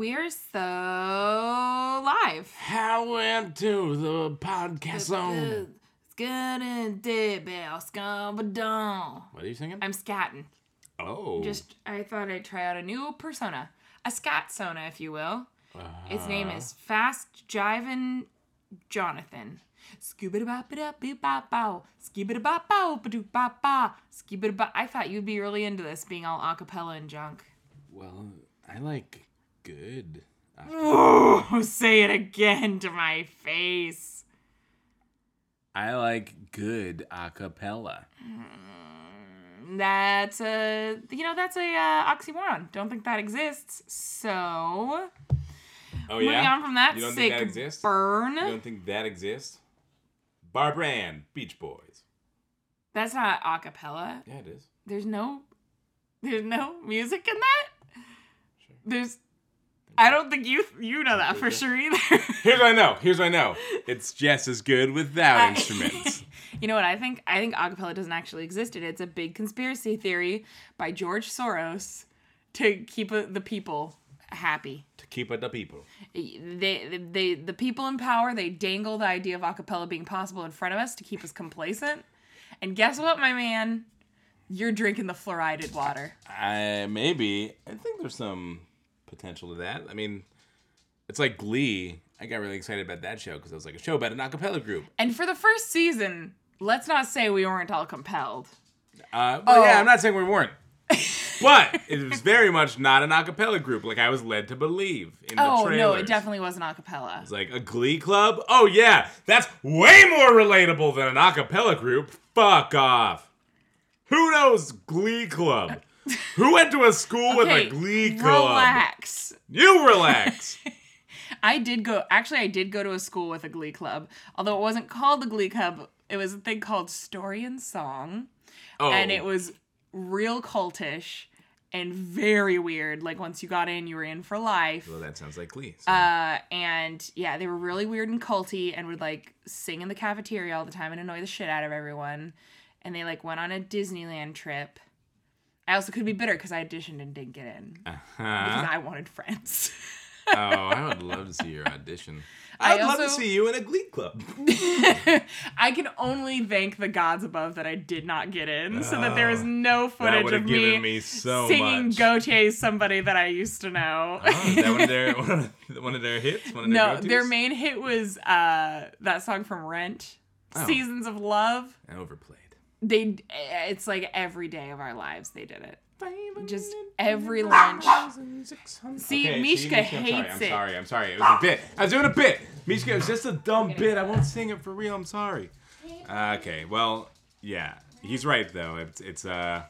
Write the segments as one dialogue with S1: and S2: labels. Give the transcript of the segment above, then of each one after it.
S1: We're so live.
S2: How into the podcast zone.
S1: It's good and dead, bell, scumbadon.
S2: What are you singing?
S1: I'm scatting.
S2: oh.
S1: Just, I thought I'd try out a new persona, a scat sona, if you will. Its name is Fast Jivin Jonathan. Scuba bop it up, bop bow, scuba bop bow, badoop bop ba, scuba bop. I thought you'd be really into this, being all acapella and junk.
S2: Well, I like good. uh,
S1: Ooh, say it again to my face.
S2: I like good a cappella.
S1: That's a you know that's a uh, oxymoron. Don't think that exists. So
S2: Oh,
S1: moving on from that
S2: You don't
S1: sick
S2: think that exists?
S1: burn.
S2: You don't think that exists? Barbara Ann, Beach Boys.
S1: That's not acapella.
S2: Yeah, it is.
S1: There's no there's no music in that.
S2: Sure.
S1: There's I don't think you you know that for sure either.
S2: Here's what I know. Here's what I know. It's just as good without
S1: I-
S2: instruments.
S1: You know what I think? I think acapella doesn't actually exist. It it's a big conspiracy theory by George Soros to keep uh, the people happy.
S2: to keep it the people.
S1: They, they, the people in power, they dangle the idea of acapella being possible in front of us to keep us complacent. And guess what, my man? You're drinking the fluoridated water.
S2: I maybe I think there's some potential to that. I mean, it's like Glee. I got really excited about that show because it was like a show about an a cappella group.
S1: And for the first season, let's not say we weren't all compelled.
S2: Uh, well, yeah,
S1: Oh.
S2: I'm not saying we weren't, but it was very much not an a cappella group. Like I was led to believe in the
S1: Oh, no,
S2: trailers.
S1: it definitely wasn't acapella.
S2: It's like a Glee club. Oh yeah, that's way more relatable than an a cappella group. Fuck off. Who knows Glee club? Who went to a school with a Glee club?
S1: relax.
S2: You relax.
S1: I did go. Actually, I did go to a school with a glee club, although it wasn't called the glee club. It was a thing called Story and Song,
S2: Oh,
S1: and it was real cultish and very weird. Like once you got in, you were in for life.
S2: Well, that sounds like Glee. so-
S1: Uh, and yeah, they were really weird and culty, and would like sing in the cafeteria all the time and annoy the shit out of everyone. And they like went on a Disneyland trip. I also could be bitter because I auditioned and didn't get in because
S2: Uh-huh.
S1: I wanted friends.
S2: oh, I would love to see your audition.
S1: I
S2: I'd love to
S1: also-
S2: see you in a Glee club. Oh,
S1: I can only thank the gods above that I did not get in, so that there is no
S2: Oh. That
S1: footage
S2: would
S1: of
S2: have
S1: me,
S2: given me so
S1: singing
S2: much.
S1: Gautier somebody that I used to know.
S2: Oh, is that one of their one of, one of their hits? One of their
S1: no,
S2: go-tos?
S1: their main hit was uh, that song from Rent,
S2: Oh.
S1: "Seasons of Love."
S2: I overplayed.
S1: They, it's like every day of our lives they did it. Just every lunch. See, Mishka hates
S2: I'm
S1: it.
S2: sorry. I'm sorry. It was a bit. I was doing a bit. Mishka, it was just a dumb bit. I won't sing it for real. I'm sorry. Okay. Well, yeah. He's right though. It's it's uh,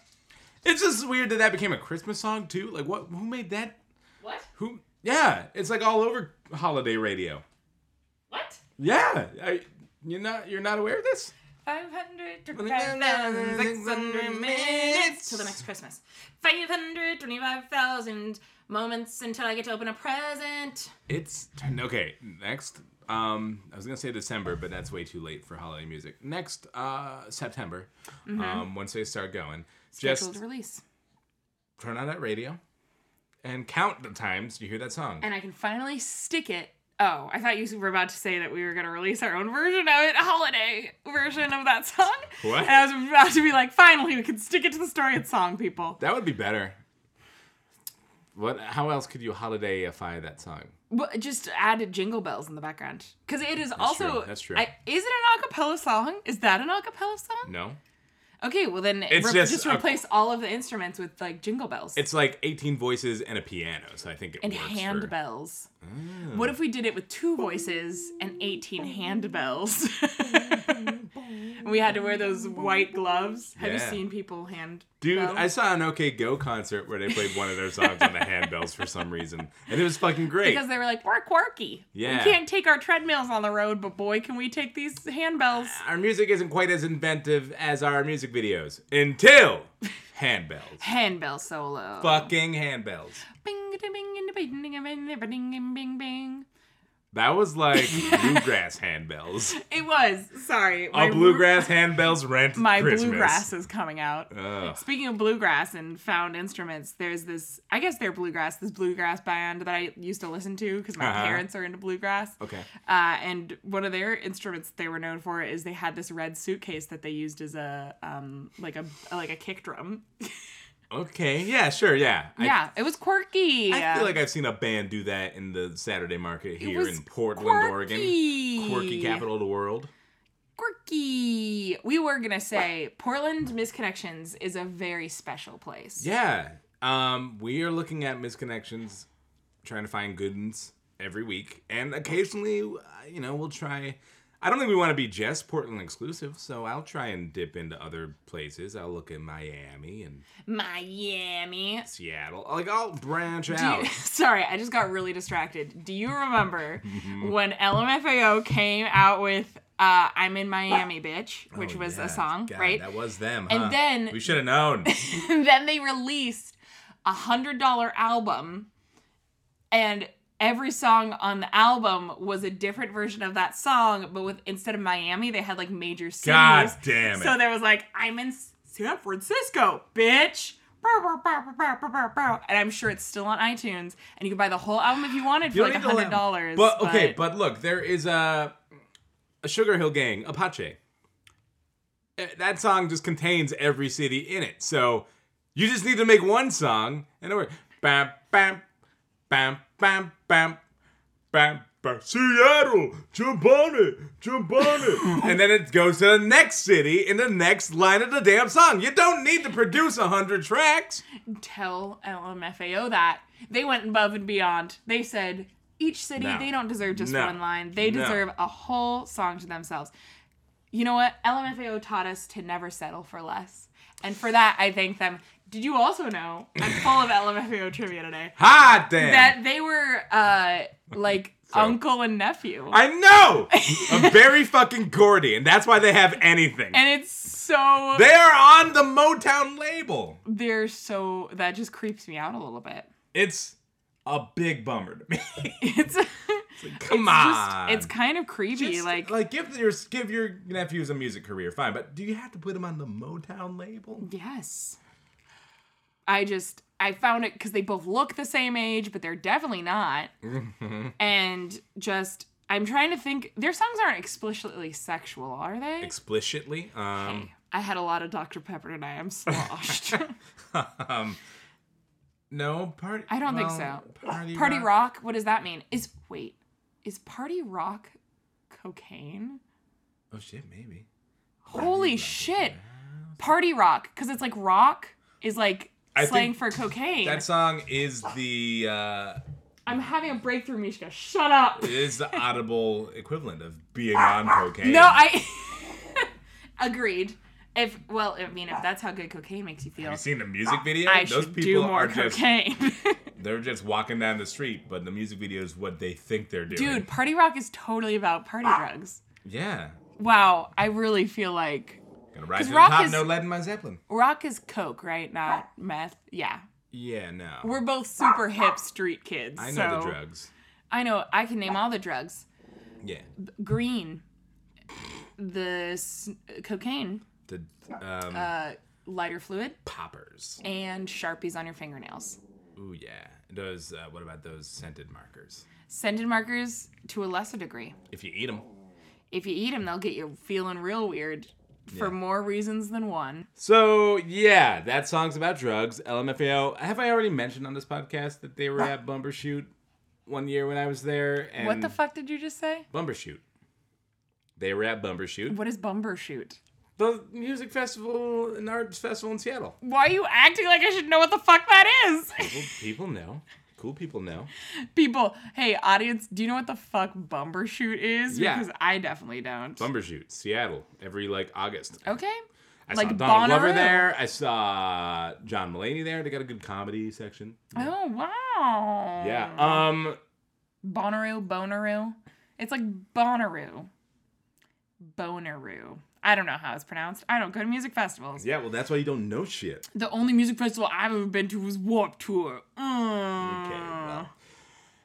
S2: it's just weird that that became a Christmas song too. Like, what? Who made that?
S1: What?
S2: Who? Yeah, it's like all over holiday radio.
S1: What?
S2: Yeah, I, you're not you're not aware of this?
S1: Five hundred twenty-five thousand six hundred minutes till the next Christmas. Five hundred twenty-five thousand moments until I get to open a present.
S2: It's okay. Next, um, I was gonna say December, but that's way too late for holiday music. Next, uh, September, um, once they start going,
S1: Mm-hmm. Scheduled
S2: just
S1: release,
S2: turn on that radio and count the times you hear that song.
S1: and I can finally stick it. Oh, I thought you were about to say that we were gonna release our own version of it, a holiday version of that song.
S2: What?
S1: And I was about to be like, finally, we can stick it to the story and song, people.
S2: that would be better. What? How else could you holidayify that song?
S1: But just added jingle bells in the background because it is also
S2: true, that's true.
S1: I, is it an acapella song? Is that an acapella song?
S2: No,
S1: Okay, well then
S2: It's
S1: re- just,
S2: just a-
S1: replace all of the instruments with like jingle bells
S2: it's like 18 voices and a piano, so I think it
S1: and
S2: works
S1: hand
S2: for-
S1: bells.
S2: Mm.
S1: What if we did it with two voices and 18 hand bells? and we had to wear those white gloves. Have you
S2: Yeah.
S1: seen people hand
S2: Dude,
S1: bells?
S2: I saw an OK Go concert where they played one of their songs on the handbells for some reason, and it was fucking great.
S1: because they were like, we're quirky.
S2: Yeah.
S1: We can't take our treadmills on the road, but boy, can we take these handbells.
S2: our music isn't quite as inventive as our music videos until handbells,
S1: Handbell solo.
S2: fucking handbells.
S1: Bing, da, bing, and da, bing, da, bing, da, bing, bing, bing.
S2: That was like bluegrass handbells.
S1: It was. Sorry.
S2: A
S1: My-
S2: bluegrass handbells rent
S1: My
S2: Christmas.
S1: bluegrass is coming out.
S2: Ugh.
S1: Speaking of bluegrass and found instruments, there's this, I guess they're bluegrass, this bluegrass band that I used to listen to because my
S2: Uh-huh.
S1: parents are into bluegrass.
S2: Okay.
S1: Uh, and one of their instruments they were known for is they had this red suitcase that they used as a, um, like a, like a kick drum.
S2: Okay. Yeah. Sure. Yeah. I-
S1: yeah, it was quirky.
S2: I, feel like I've seen a band do that in the Saturday market here
S1: was
S2: in Portland,
S1: quirky.
S2: Oregon. Quirky capital of the world.
S1: quirky. We were gonna say Portland Misconnections is a very special place.
S2: Yeah. Um, we are looking at misconnections, trying to find good ones every week, and occasionally, uh, you know, we'll try. I don't think we want to be just Portland exclusive, so I'll try and dip into other places. I'll look at Miami and
S1: Miami.
S2: Seattle. Like I'll branch
S1: Do
S2: out.
S1: you- sorry, I just got really distracted. Do you remember
S2: Mm-hmm.
S1: when LMFAO came out with uh, "I'm in Miami, bitch," which
S2: Oh,
S1: was
S2: yeah.
S1: a song,
S2: God,
S1: right?
S2: That was them.
S1: And
S2: huh?
S1: then-
S2: we should have known.
S1: then they released a hundred dollar album, and every song on the album was a different version of that song, but with instead of Miami, they had like major cities.
S2: God damn it.
S1: So there was like, "I'm in S- San Francisco, bitch." Bow, bow, bow, bow, bow, bow, bow, bow. And I'm sure it's still on iTunes, and you can buy the whole album if you wanted for
S2: You
S1: like
S2: don't need
S1: hundred
S2: to laugh.
S1: dollars.
S2: But okay, but look, there is a a Sugar Hill Gang Apache. Uh, That song just contains every city in it, so you just need to make one song and it works. Bam, bam, bam, bam, bam, bam. bam. Seattle, jump on it, jump on it, and then it goes to the next city in the next line of the damn song. You don't need to produce a hundred tracks.
S1: tell LMFAO that they went above and beyond. They said each city
S2: No.
S1: they don't deserve just
S2: No.
S1: one line. They
S2: No.
S1: deserve a whole song to themselves. You know what? LMFAO taught us to never settle for less, and for that I thank them. Did you also know? I'm full of LMFAO trivia today.
S2: Hot damn!
S1: That they were uh like
S2: So-
S1: uncle and nephew.
S2: I know! I'm very fucking Gordy, and that's why they have anything.
S1: and it's so
S2: they are on the Motown label.
S1: they're so that just creeps me out a little bit.
S2: It's a big bummer to me.
S1: It's
S2: Come
S1: it's
S2: on.
S1: just it's kind of creepy.
S2: Just,
S1: like
S2: like give your give your nephews a music career, fine, but do you have to put them on the Motown label?
S1: Yes. I just I found it because they both look the same age, but they're definitely not. and just I'm trying to think. Their songs aren't explicitly sexual, are they?
S2: Explicitly. Um,
S1: I had a lot of Dr Pepper and I am sloshed.
S2: um No, party
S1: I don't think
S2: well,
S1: so.
S2: Party,
S1: Party
S2: rock.
S1: rock. What does that mean? Is wait, is party rock cocaine?
S2: Oh shit, maybe.
S1: Holy shit! Party rock, because it's like rock is like
S2: I
S1: slang
S2: think
S1: for cocaine.
S2: That song is the uh
S1: I'm having a breakthrough, Mishka. Shut up.
S2: is the audible equivalent of being on cocaine.
S1: No, I agreed. If well, I mean, if that's how good cocaine makes you feel,
S2: Have you seen the music video?
S1: I should do more
S2: just
S1: cocaine.
S2: they're just walking down the street, but the music video is what they think they're doing.
S1: Dude, party rock is totally about party drugs.
S2: Yeah.
S1: Wow, I really feel like
S2: Gonna rise
S1: 'Cause
S2: to the
S1: rock
S2: top,
S1: is-
S2: no lead in my Zeppelin.
S1: rock is coke, right? Not meth. Yeah,
S2: Yeah, no.
S1: we're both super hip street kids.
S2: I know
S1: so-
S2: the drugs.
S1: I know. I can name all the drugs.
S2: Yeah.
S1: Green, the s- cocaine,
S2: The um,
S1: uh, lighter fluid,
S2: poppers.
S1: and sharpies on your fingernails.
S2: Ooh, yeah. Those, uh, what about those scented markers?
S1: Scented markers to a lesser degree.
S2: If you eat them.
S1: if you eat them, they'll get you feeling real weird for
S2: Yeah.
S1: more reasons than one.
S2: So, yeah, that song's about drugs. LMFAO. Have I already mentioned on this podcast that they were at Bumbershoot one year when I was there? And
S1: Uh, what the fuck did you just say?
S2: Bumbershoot. They were at Bumbershoot.
S1: What is bumper shoot?
S2: the music festival and arts festival in Seattle.
S1: Why are you acting like I should know what the fuck that is?
S2: Well, people know. Cool people know.
S1: People, hey audience, do you know what the fuck bumper shoot is?
S2: Yeah.
S1: Because I definitely don't.
S2: Bumbershoot, Seattle, every like August.
S1: okay.
S2: I
S1: like
S2: saw Donald Glover
S1: Bonnaroo.
S2: there. I saw John Mulaney there. They got a good comedy section.
S1: Oh wow.
S2: Yeah. Um.
S1: Bonnaroo, Bonaroo. It's like Bonnaroo. Bonaroo. I don't know how it's pronounced. I don't go to music festivals.
S2: Yeah. Well, that's why you don't know shit.
S1: The only music festival I've ever been to was Warp Tour. Mm.
S2: Okay. Well.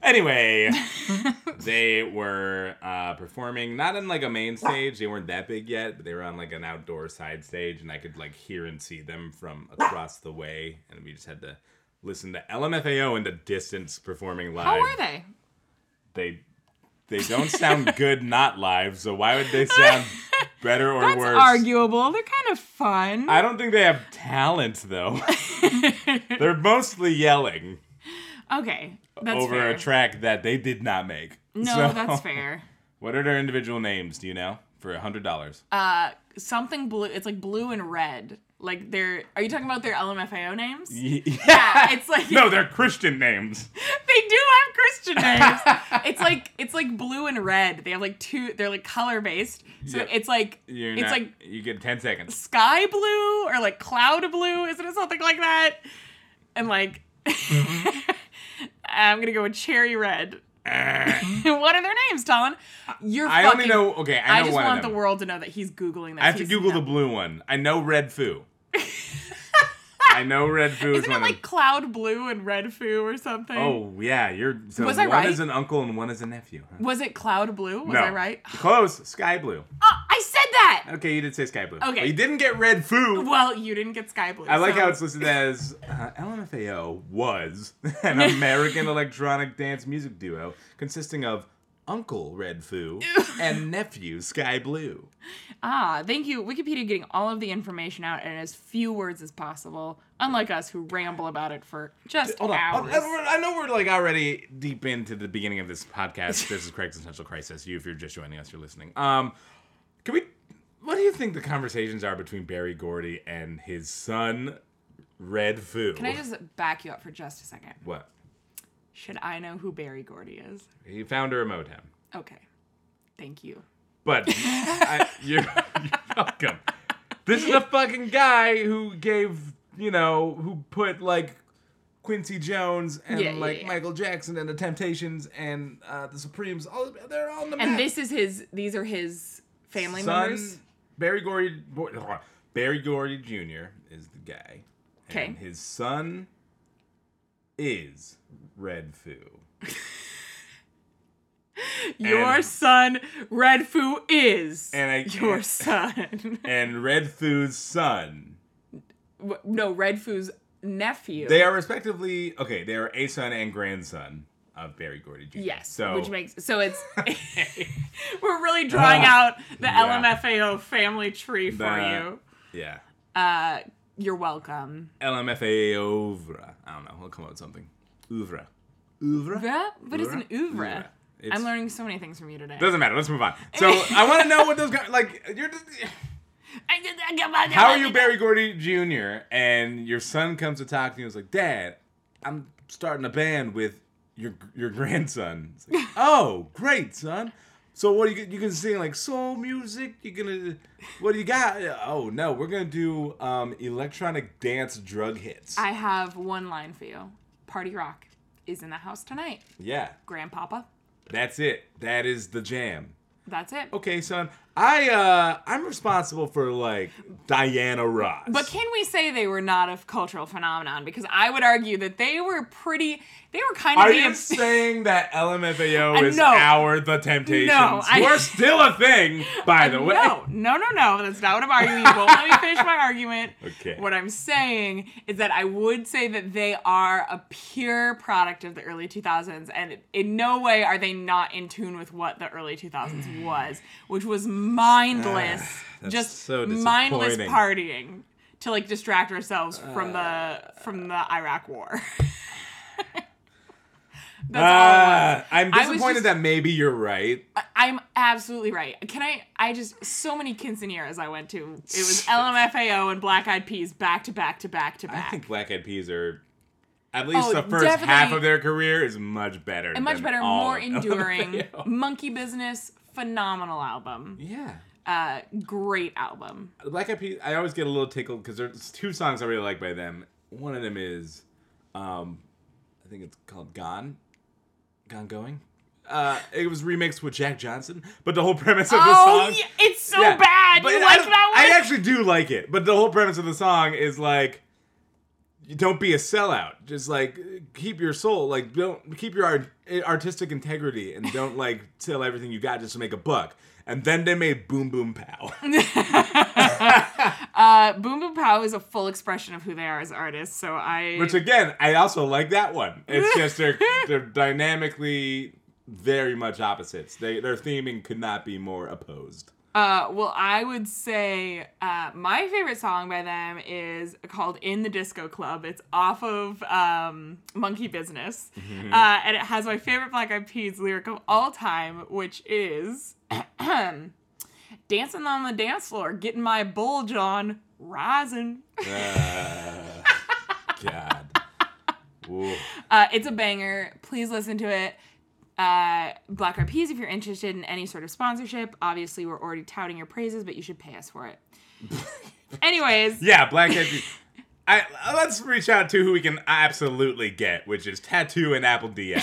S2: Anyway, they were uh, performing not on like a main stage. They weren't that big yet, but they were on like an outdoor side stage, and I could like hear and see them from across the way. And we just had to listen to LMFAO in the distance performing live.
S1: How were they?
S2: They they don't sound good not live, so why would they sound better or
S1: That's
S2: worse?
S1: arguable. They're kind of fun.
S2: I don't think they have talent though. They're mostly yelling
S1: okay, that's
S2: over
S1: fair.
S2: a track that they did not make.
S1: no,
S2: So-
S1: that's fair.
S2: What are their individual names? Do you know? For a hundred dollars.
S1: Uh, something blue. It's like blue and red. Like they're. Are you talking about their LMFAO names? Yeah, it's like
S2: no, they're Christian names.
S1: they do have Christian names. it's like it's like blue and red. They have like two. They're like color based. So
S2: Yeah.
S1: it's like
S2: You're
S1: it's
S2: not-
S1: like
S2: you get ten seconds.
S1: sky blue or like cloud blue. Isn't it something like that? And like
S2: Mm-hmm.
S1: I'm gonna go with cherry red. what are their names, Talon? You're.
S2: Uh-huh. I
S1: fucking,
S2: only know. Okay, I know
S1: I, just
S2: one
S1: want
S2: of
S1: the
S2: them.
S1: world to know that he's googling this.
S2: I have to
S1: He's-
S2: Google
S1: no.
S2: the blue one. I know Red Foo. I know Red Foo is
S1: Isn't
S2: one
S1: it
S2: of
S1: like cloud blue and red foo or something?
S2: Oh yeah, you're. So
S1: Was I
S2: one
S1: right?
S2: is an uncle and one is a nephew. Huh?
S1: Was it cloud blue? Was
S2: no,
S1: I right?
S2: Close. Sky blue.
S1: Oh, I said that.
S2: Okay, you did say sky blue.
S1: Okay.
S2: But you didn't get Red Foo.
S1: Well, you didn't get sky blue.
S2: I like
S1: so-
S2: how it's listed as uh, LMFAO was an American electronic dance music duo consisting of Uncle Red Foo and nephew Sky Blue.
S1: ah. Thank you, Wikipedia, getting all of the information out in as few words as possible. Unlike us, who ramble about it for just
S2: Hold on.
S1: hours.
S2: I, I- I know we're like already deep into the beginning of this podcast. this is Craig's Essential Crisis. You, if you're just joining us, you're listening. Um, can we? What do you think the conversations are between Barry Gordy and his son, Red Foo?
S1: Can I just back you up for just a second?
S2: What?
S1: Should I know who Barry Gordy is?
S2: He founder of Motown.
S1: Okay. Thank you.
S2: But I, you're, you're welcome. This is the fucking guy who gave, you know, who put like Quincy Jones and
S1: Yeah, yeah,
S2: like
S1: yeah.
S2: Michael Jackson and the Temptations and uh, the Supremes. All they're all on the
S1: And
S2: map.
S1: this is his. These are his family members.
S2: Son, Barry Gordy, Bo- Barry Gordy Jr. is the guy.
S1: Okay.
S2: And his son is Red Foo.
S1: Your
S2: and-
S1: son, Red Foo, is
S2: And I-
S1: your son.
S2: And Red Foo's son
S1: W- no, Red Foo's nephew.
S2: They are respectively okay. They are a son and grandson of Barry Gordy Jr.
S1: yes,
S2: so
S1: which makes so it's we're really drawing out the
S2: Ah, Yeah.
S1: LMFAO family tree for
S2: The-
S1: you.
S2: yeah,
S1: Uh, you're welcome.
S2: LMFAO oeuvre. I don't know. We'll come up with something. Oeuvre. Oeuvre.
S1: Oeuvre? What is an oeuvre?
S2: It's,
S1: I'm learning so many things from you today.
S2: Doesn't matter. Let's move on. So I want to know what those guys like. You're just, how are you, Barry Gordy Jr. And your son comes to talk to you. and is like, Dad, I'm starting a band with your your grandson. It's like, oh, great, son. So what are you you gonna sing like soul music? You gonna what do you got? Oh no, we're gonna do um, electronic dance drug hits.
S1: I have one line for you. Party rock is in the house tonight,
S2: yeah,
S1: Grandpapa.
S2: that's it. That is the jam.
S1: That's it.
S2: Okay, son. I uh I'm responsible for like Diana Ross.
S1: But can we say they were not a cultural phenomenon? Because I would argue that they were pretty. They were kind of
S2: Are
S1: the
S2: you
S1: obs-
S2: saying that LMFAO
S1: Uh,
S2: is
S1: no.
S2: our The Temptations?
S1: No, I-
S2: We're still a thing, by the way.
S1: No, no, no, no. That's not what I'm arguing. You won't let me finish my argument.
S2: Okay.
S1: What I'm saying is that I would say that they are a pure product of the early 2000s, and in no way are they not in tune with what the early 2000s was, which was mindless,
S2: Ah, that's
S1: just
S2: so
S1: mindless
S2: disappointing. Uh.
S1: partying to like distract ourselves from the from the Iraq War. That's all it was.
S2: Uh, I'm
S1: I was
S2: disappointed
S1: just-
S2: that maybe you're right.
S1: I'm absolutely right. Can I? I just so many quinceañeras I went to. It was LMFAO and Black Eyed Peas back to back to back to
S2: I
S1: back.
S2: think Black Eyed Peas are, at least
S1: Oh,
S2: the first
S1: definitely-
S2: half of their career is much better.
S1: and much
S2: than
S1: better,
S2: all
S1: more
S2: of
S1: enduring.
S2: LMFAO.
S1: Monkey Business, phenomenal album.
S2: Yeah.
S1: Uh, great album.
S2: Black Eyed Peas, I always get a little tickled because there's two songs I really like by them. One of them is, um, I think it's called "Gone," "Gone Going." Uh, it was remixed with Jack Johnson, but the whole premise of the
S1: Oh,
S2: song,
S1: yeah, it's so
S2: Yeah.
S1: bad.
S2: But
S1: you
S2: I
S1: like
S2: don't-
S1: that one?
S2: I actually do like it, but the whole premise of the song is like, you don't be a sellout. Just like keep your soul, like don't keep your art, artistic integrity, and don't like sell everything you got just to make a buck. And then they made Boom Boom Pow.
S1: Uh, Boom Boom Pow is a full expression of who they are as artists. So I.
S2: Which again, I also like that one. It's just they're they're dynamically very much opposites. They their theming could not be more opposed.
S1: Uh, well, I would say uh, my favorite song by them is called "In the Disco Club." It's off of um, Monkey Business, uh, and it has my favorite Black Eyed Peas lyric of all time, which is "Dancing on the dance floor, getting my bulge on, rising."
S2: Uh, God. Ooh.
S1: Uh, it's a banger. Please listen to it. Uh, Black Eyed Peas, if you're interested in any sort of sponsorship, obviously we're already touting your praises, but you should pay us for it. Anyways,
S2: Yeah, Black Eyed Peas. I, let's reach out to who we can absolutely get, which is Tattoo and Apple DM.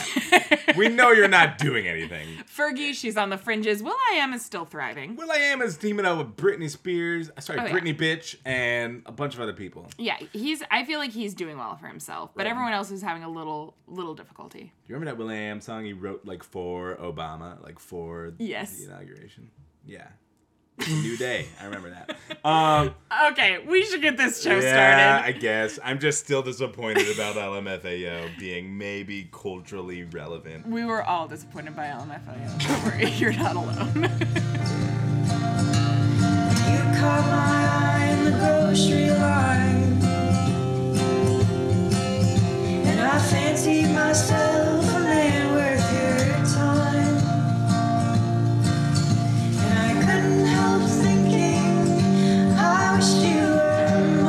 S2: we know you're not doing anything.
S1: Fergie, she's on the fringes. Will I Am is still thriving.
S2: Will I Am is teaming up with Britney Spears, sorry,
S1: Oh, yeah.
S2: Britney Bitch, and a bunch of other people.
S1: Yeah, he's. I feel like he's doing well for himself, but
S2: Right.
S1: everyone else is having a little little difficulty.
S2: Do you remember that Will I Am song he wrote like for Obama, like for
S1: Yes.
S2: the inauguration? Yeah. New Day. I remember that. Um,
S1: Okay, we should get this show
S2: yeah,
S1: started.
S2: I guess. I'm just still disappointed about LMFAO being maybe culturally relevant.
S1: we were all disappointed by LMFAO. Don't worry, you're not alone.
S3: You caught my eye in the grocery line, and I fancied myself a man worth your time. And I couldn't help thinking, I wish you were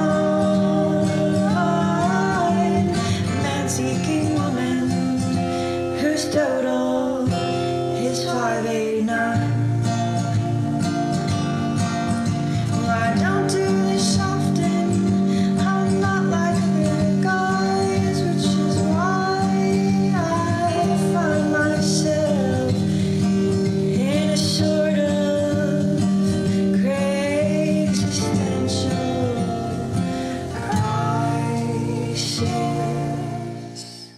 S3: mine, a man-seeking woman who stowed all his 589. Well, I don't do this often. I'm not like the guys, which is why I find myself in a sort of gray existential crisis.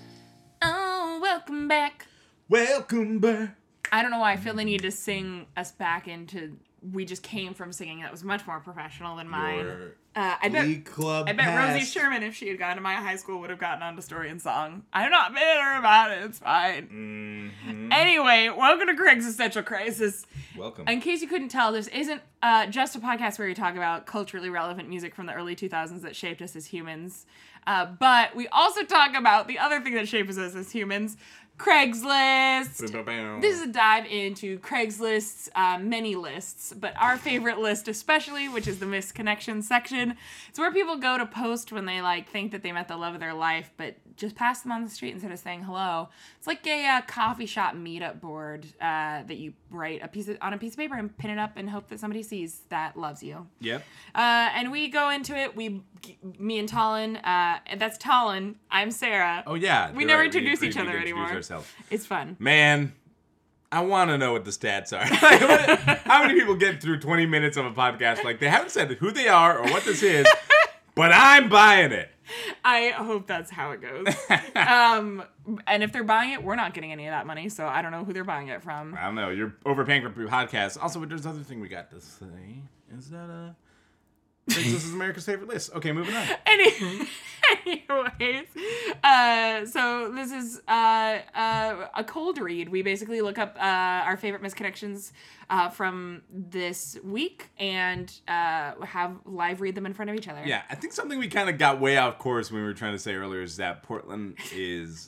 S1: oh, welcome back.
S2: Welcome back.
S1: I don't know why I feel the need to sing us back into. We just came from singing that was much more professional than mine.
S2: Your
S1: Uh, I
S2: Glee
S1: bet.
S2: Club
S1: I bet Rosie
S2: past.
S1: Sherman, if she had gone to my high school, would have gotten onto story and song. I'm not bitter about it. It's fine.
S2: Mhm.
S1: Anyway, welcome to Craig's Essential Crisis.
S2: Welcome.
S1: In case you couldn't tell, this isn't uh, just a podcast where we talk about culturally relevant music from the early 2000s that shaped us as humans, uh, but we also talk about the other thing that shapes us as humans Craigslist. This is a dive into Craigslist's uh, many lists, but our favorite list, especially, which is the misconnection section. It's where people go to post when they like think that they met the love of their life, but just pass them on the street instead of saying hello. It's like a uh, coffee shop meetup board uh, that you write a piece of, on a piece of paper and pin it up and hope that somebody sees that loves you.
S2: Yep.
S1: Uh, and we go into it. We, me and Tallin. Uh, that's Tallin. I'm Sarah.
S2: Oh yeah.
S1: We
S2: you're
S1: never
S2: right.
S1: introduce
S2: we
S1: each
S2: agreed
S1: other
S2: we'd introduce
S1: anymore.
S2: Ourselves.
S1: It's fun.
S2: Man, I want to know what the stats are. Like, what- how many people get through 20 minutes of a podcast like they haven't said who they are or what this is, but I'm buying it.
S1: I hope that's how it goes. um, and if they're buying it, we're not getting any of that money, so I don't know who they're buying it from.
S2: I don't know. You're overpaying for podcasts. Also, but there's another thing we got to say. Is that uh Craigslist is America's favorite list. Okay, moving on.
S1: Any- anyways, uh, so this is uh, uh, a cold read. We basically look up uh, our favorite misconnections uh, from this week and uh, have live read them in front of each other.
S2: Yeah, I think something we kind of got way off course when we were trying to say earlier is that Portland is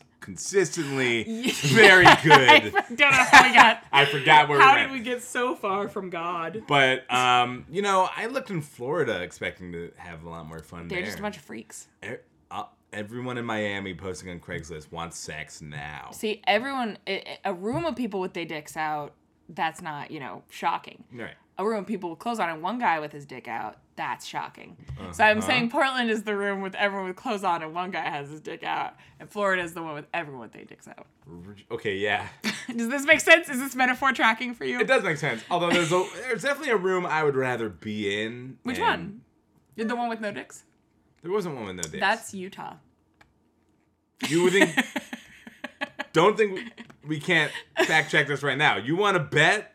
S2: consistently very
S1: I
S2: good.
S1: don't know how we got.
S2: I forgot where
S1: how
S2: we
S1: did
S2: went.
S1: we get so far from God?
S2: But um, you know, I looked in Florida expecting to have a lot more fun.
S1: They're
S2: there.
S1: just a bunch of freaks.
S2: E- uh, everyone in Miami posting on Craigslist wants sex now.
S1: See, everyone, i- i- a room of people with their dicks out, that's not, you know, shocking.
S2: Right.
S1: A room of people with clothes on and one guy with his dick out, that's shocking. So I'm
S2: Uh-huh.
S1: saying Portland is the room with everyone with clothes on and one guy has his dick out, and Florida is the one with everyone with their dicks out.
S2: Okay, yeah,
S1: Does this make sense? Is this metaphor tracking for you?
S2: it does make sense. Although there's a, there's definitely a room I would rather be in.
S1: Which
S2: and
S1: one? You're the one with no dicks?
S2: There wasn't one with no dicks.
S1: That's Utah.
S2: you would think. don't think we, we can't fact check this right now. You want to bet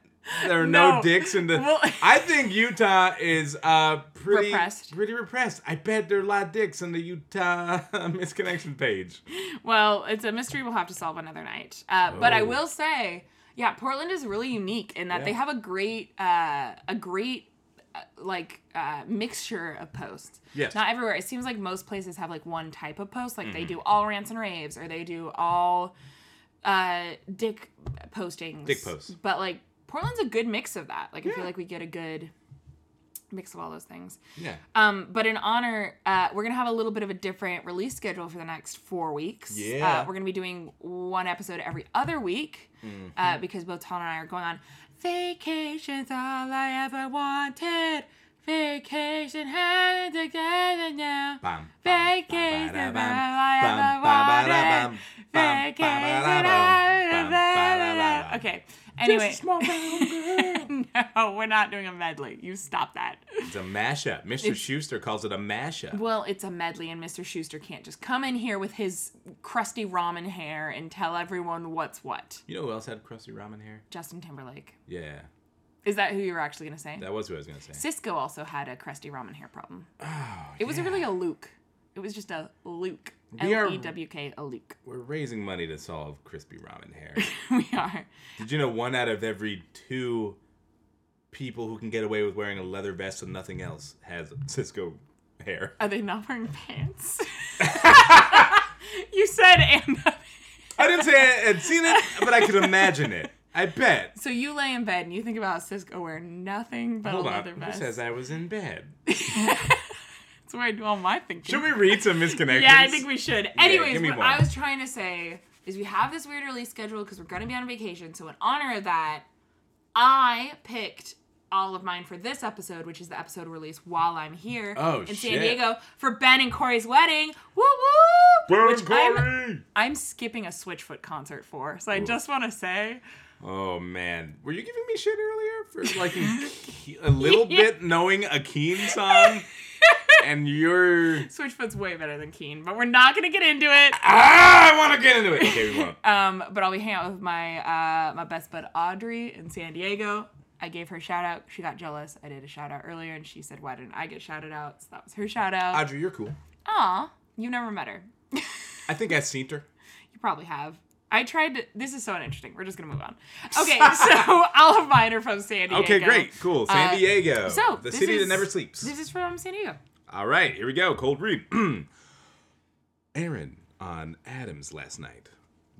S2: there are no,
S1: No.
S2: dicks in the?
S1: Well-
S2: I think Utah is uh pretty
S1: Repressed.
S2: pretty repressed. I bet there are a lot of dicks on the Utah misconnection page.
S1: Well, it's a mystery we'll have to solve another night. Uh, But I
S2: Oh.
S1: will say, yeah, Portland is really unique in that they
S2: Yeah.
S1: have a great, uh, a great, uh, like, uh, mixture of posts.
S2: Yes. Mm-hmm.
S1: Not everywhere. It seems like most places have like one type of post. Like they do all rants and raves, or they do all uh, dick postings.
S2: Dick posts.
S1: But like Portland's a good mix of that. Like I
S2: Yeah.
S1: feel like we get a good mix of all those things.
S2: Yeah.
S1: Um, but in honor, uh, we're gonna have a little bit of a different release schedule for the next four weeks.
S2: Yeah.
S1: Uh, we're gonna be doing one episode every other week
S2: Mm-hmm.
S1: uh, because both Tom and I are going on vacations. All I ever wanted, vacation had together now.
S2: Bam, bam,
S1: Vacation, all
S2: ba-da-bam, bam,
S1: I ever
S2: ba-da-bam,
S1: wanted.
S2: bam,
S1: Vacation,
S2: ba-da-bam,
S1: I
S2: bam,
S1: ever- Okay. Anyway,
S2: Just a small round girl.
S1: no, we're not doing a medley. You stop that.
S2: It's a mashup. Mr. Schuster calls it a mashup.
S1: Well, it's a medley, and Mr. Schuster can't just come in here with his crusty ramen hair and tell everyone what's what.
S2: You know who else had crusty ramen hair?
S1: Justin Timberlake.
S2: Yeah,
S1: Is that who you were actually going to say?
S2: that was what I was gonna say.
S1: Cisco also had a crusty ramen hair problem. Oh, it was really a Luke. It was just a Luke.
S2: We are-
S1: L E W K, a Luke.
S2: We're raising money to solve crispy ramen hair.
S1: we are.
S2: Did you know one out of every two people who can get away with wearing a leather vest and nothing else has Cisco hair?
S1: Are they not wearing pants? you said and.
S2: I didn't say I had seen it, but I could imagine it. I bet.
S1: So you lay in bed and you think about Cisco wearing nothing but
S2: Hold
S1: a
S2: on.
S1: leather
S2: Who
S1: vest.
S2: says I was in bed?
S1: That's where I do all my thinking.
S2: Should we read some misconnections?
S1: Yeah, I think we should. Anyways,
S2: give me
S1: what
S2: one.
S1: I was trying to say is we have this weird release schedule because we're going to be on vacation. So, in honor of that, I picked all of mine for this episode, which is the episode released while I'm here
S2: Oh,
S1: in San
S2: shit.
S1: Diego for Ben and Corey's wedding. Woo woo! which I'm,
S2: Corey!
S1: I'm skipping a Switchfoot concert for. So, I just want to say
S2: Oh man, were you giving me shit earlier for liking Ke- a little bit knowing a Keen song? and you're
S1: Switchfoot's way better than Keen, but we're not going to get into it.
S2: ah, I want to get into it. Okay, we won't.
S1: Um, but I'll be hanging out with my uh, my best bud Audrey in San Diego. I gave her a shout out. She got jealous. I did a shout out earlier, and she said, "Why didn't I get shouted out?" So that was her shout out.
S2: Audrey, you're cool.
S1: Aw, you never met her. you
S2: I think I've seen her.
S1: probably have. I tried to. This is so uninteresting. We're just gonna move on. Okay, so all of mine are from San Diego.
S2: Okay, great, cool. San
S1: Uh,
S2: Diego,
S1: So
S2: the
S1: this
S2: city that
S1: is-
S2: never sleeps.
S1: This is from San Diego.
S2: All right, here we go. Cold read. Aaron on Adams last night.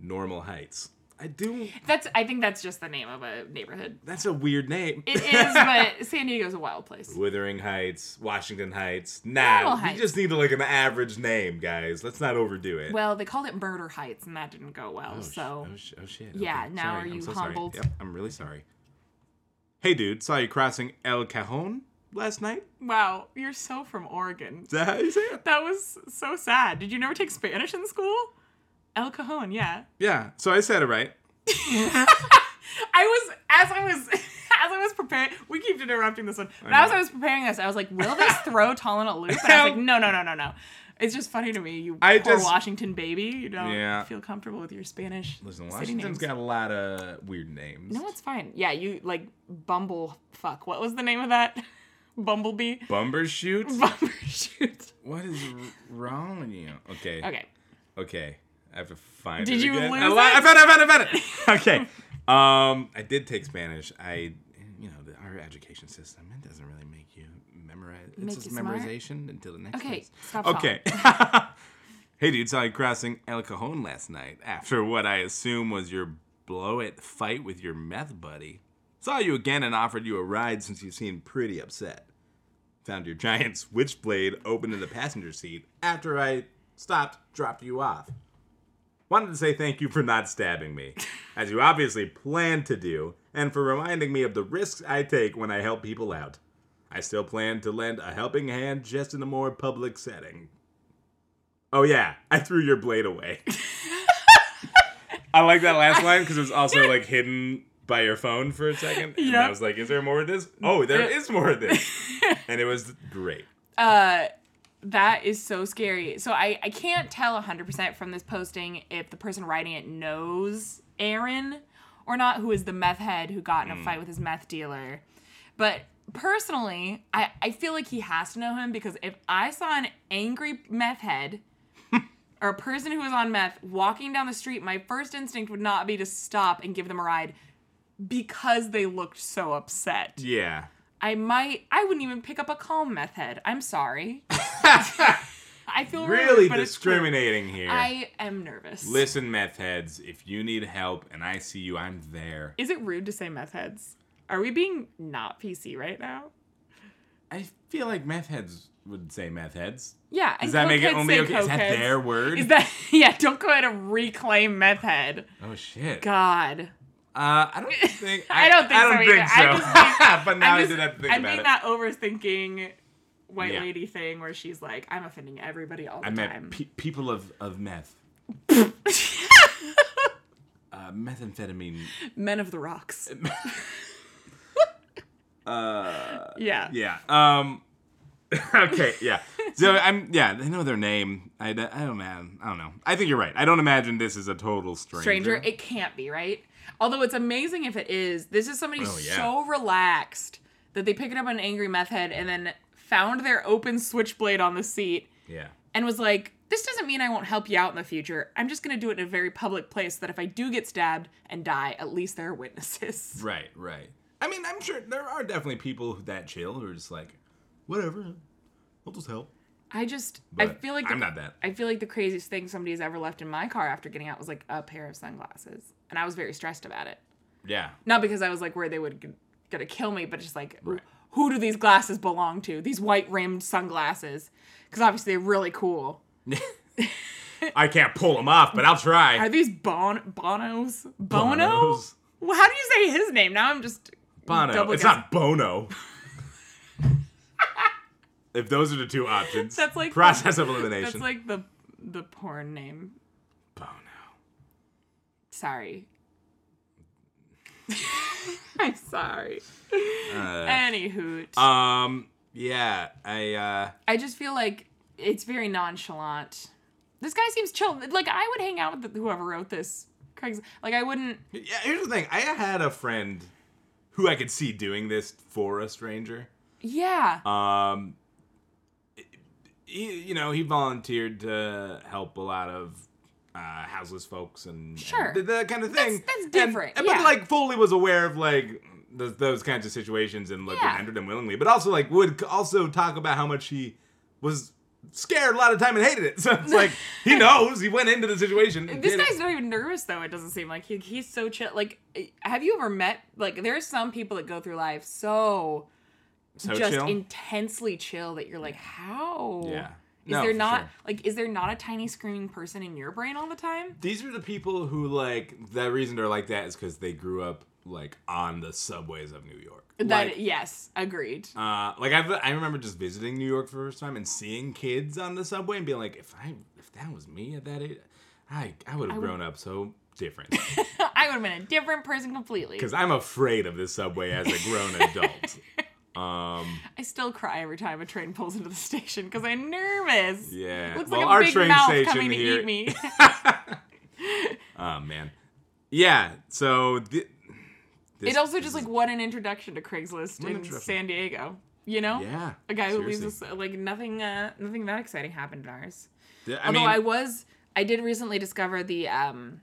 S2: Normal Heights. I do.
S1: That's. I think that's just the name of a neighborhood.
S2: That's a weird name.
S1: It is, but San Diego's a wild place.
S2: Wuthering Heights, Washington Heights. Nah,
S1: Normal
S2: we
S1: Heights.
S2: just need like an average name, guys. Let's not overdo it.
S1: Well, they called it Murder Heights, and that didn't go well.
S2: oh, sh-
S1: so
S2: oh, sh- oh, shit.
S1: Yeah,
S2: Okay.
S1: now
S2: Sorry,
S1: are
S2: I'm
S1: you
S2: so
S1: humbled?
S2: Sorry. Yep, I'm really sorry. Hey, dude, saw you crossing El Cajon last night.
S1: Wow, you're so from Oregon.
S2: Is that how you say it?
S1: That was so sad. Did you never take Spanish in school? El Cajon, yeah.
S2: Yeah, so I said it right.
S1: I was as I was as I was preparing. We keep interrupting this one, but as
S2: know.
S1: I was preparing this, I was like, "Will this throw Tall in a loop?" And I was like, "No, no, no, no, no." It's just funny to me. You
S2: I
S1: poor
S2: just-
S1: Washington baby. You don't
S2: Yeah.
S1: feel comfortable with your Spanish.
S2: Listen,
S1: city
S2: Washington's
S1: names.
S2: got a lot of weird names.
S1: No, it's fine. Yeah, you like bumble fuck. What was the name of that? Bumblebee.
S2: Bumbershoot?
S1: Bumper shoot.
S2: What is r- wrong with you? Okay.
S1: Mm-hmm. Okay.
S2: Okay. I have to find
S1: Did
S2: it.
S1: you
S2: again.
S1: lose
S2: I, li- I
S1: it?
S2: found it, I found it, I found it. okay. Um, I did take Spanish. I, you know, the, our education system, it doesn't really make you memorize.
S1: Make
S2: it's just
S1: you smart?
S2: memorization until the next
S1: Okay.
S2: test.
S1: Stop.
S2: Okay. hey, dude, saw you crossing El Cajon last night after what I assume was your blow it fight with your meth buddy. Saw you again and offered you a ride since you seemed pretty upset. Found your giant switchblade open in the passenger seat after I stopped, dropped you off. Wanted to say thank you for not stabbing me, as you obviously planned to do, and for reminding me of the risks I take when I help people out. I still plan to lend a helping hand just in a more public setting. Oh yeah, I threw your blade away. I like that last line because it was also like hidden by your phone for a second. And I
S1: Yep.
S2: was like, is there more of this? Oh, there is more of this. and it was great.
S1: Uh, that is so scary. So I, I can't tell 100% from this posting if the person writing it knows Aaron or not, who is the meth head who got in a fight with his meth dealer. But personally, I, I feel like he has to know him because if I saw an angry meth head or a person who was on meth walking down the street, my first instinct would not be to stop and give them a ride because they looked so upset.
S2: Yeah.
S1: I might. I wouldn't even pick up a calm meth head. I'm sorry. I feel rude,
S2: Really
S1: but it's true.
S2: discriminating here.
S1: I am nervous.
S2: Listen, meth heads, if you need help and I see you, I'm there.
S1: Is it rude to say meth heads? Are we being not PC right now?
S2: I feel like meth heads would say meth heads.
S1: Yeah. and
S2: Does that make it
S1: cokeheads
S2: only
S1: say
S2: okay? Is that
S1: cokeheads.
S2: their word?
S1: Is that yeah? Don't go ahead and reclaim meth head.
S2: oh shit. Uh,
S1: God.
S2: I don't think.
S1: I don't think
S2: I don't
S1: so
S2: think
S1: either. I
S2: so. but now
S1: I'm
S2: I did have to think
S1: I'm
S2: about
S1: being
S2: it.
S1: that overthinking white
S2: Yeah.
S1: lady thing where she's like, I'm offending everybody all the
S2: I
S1: time.
S2: meant pe- people of of meth. uh, methamphetamine.
S1: Men of the rocks.
S2: Uh,
S1: yeah.
S2: Yeah. Um. okay. Yeah. So I'm. Yeah. They know their name. I. d- I don't man. I don't know. I think you're right. I don't imagine this is a total stranger.
S1: stranger. It can't be, right? Although it's amazing if it is. This is somebody
S2: Oh, yeah.
S1: so relaxed that they picked up an angry meth head and then found their open switchblade on the seat
S2: yeah.
S1: and was like, this doesn't mean I won't help you out in the future. I'm just going to do it in a very public place so that if I do get stabbed and die, at least there are witnesses.
S2: Right. Right. I mean, I'm sure there are definitely people who that chill who are just like, whatever. I'll just help.
S1: I just, I
S2: But
S1: feel like
S2: I'm
S1: the-
S2: not that.
S1: I feel like the craziest thing somebody has ever left in my car after getting out was like a pair of sunglasses. And I was very stressed about it.
S2: Yeah.
S1: not because I was like worried they would g- gonna kill me, but just like who do these glasses belong to? These white rimmed sunglasses, because obviously they're really cool.
S2: I can't pull them off, but I'll try.
S1: Are these Bon Bonos? Bono?
S2: Bonos.
S1: Well, how do you say his name? Now I'm just
S2: Bono.
S1: double
S2: it's
S1: guess-
S2: not Bono. if those are the two options,
S1: That's like-
S2: process of
S1: That's
S2: elimination.
S1: like the the porn name.
S2: Bono.
S1: Sorry. I'm sorry. Any hoot.
S2: Um. Yeah. I. uh
S1: I just feel like it's very nonchalant. This guy seems chill. Like I would hang out with whoever wrote this. Craig's like I wouldn't.
S2: Yeah. Here's the thing. I had a friend who I could see doing this for a stranger.
S1: Yeah.
S2: Um. He, you know, he volunteered to help a lot of. Uh, houseless folks and, and
S1: Sure.
S2: th- that kind of thing.
S1: that's
S2: And-
S1: different,
S2: and-
S1: yeah.
S2: But like, Foley was aware of like th- those kinds of situations and like would
S1: Yeah.
S2: entered them willingly, but also like would c- also talk about how much he was scared a lot of the time and hated it. So it's like he knows he went into the situation. and
S1: this
S2: did it.
S1: guy's not even nervous though. It doesn't seem like he, he's so chill. Like, eh, have you ever met like there are some people that go through life so
S2: so
S1: just
S2: chill.
S1: intensely chill that you're like, how?
S2: Yeah.
S1: Is
S2: No,
S1: there
S2: for
S1: not
S2: sure.
S1: like is there not a tiny screaming person in your brain all the time?
S2: These are the people who like the reason they're like that is because they grew up like on the subways of New York.
S1: that
S2: like,
S1: yes, agreed.
S2: uh, like I've, I remember just visiting New York for the first time and seeing kids on the subway and being like, if I if that was me at that age, I I would have grown up so different
S1: I would have been a different person completely.
S2: because I'm afraid of this subway as a grown adult. Um,
S1: I still cry every time a train pulls into the station because I'm nervous.
S2: yeah.
S1: Looks
S2: well,
S1: like a
S2: our
S1: big
S2: train
S1: mouth
S2: station
S1: coming
S2: here,
S1: to eat me.
S2: Oh man. Yeah. So. Th- this-
S1: It also
S2: this
S1: just
S2: is-
S1: like what an introduction to Craigslist
S2: What
S1: in
S2: an introduction.
S1: San Diego. You know?
S2: Yeah,
S1: A guy who leaves
S2: seriously.
S1: us like nothing uh nothing that exciting happened in ours.
S2: Th- I
S1: Although
S2: mean, oh,
S1: I was I did recently discover the um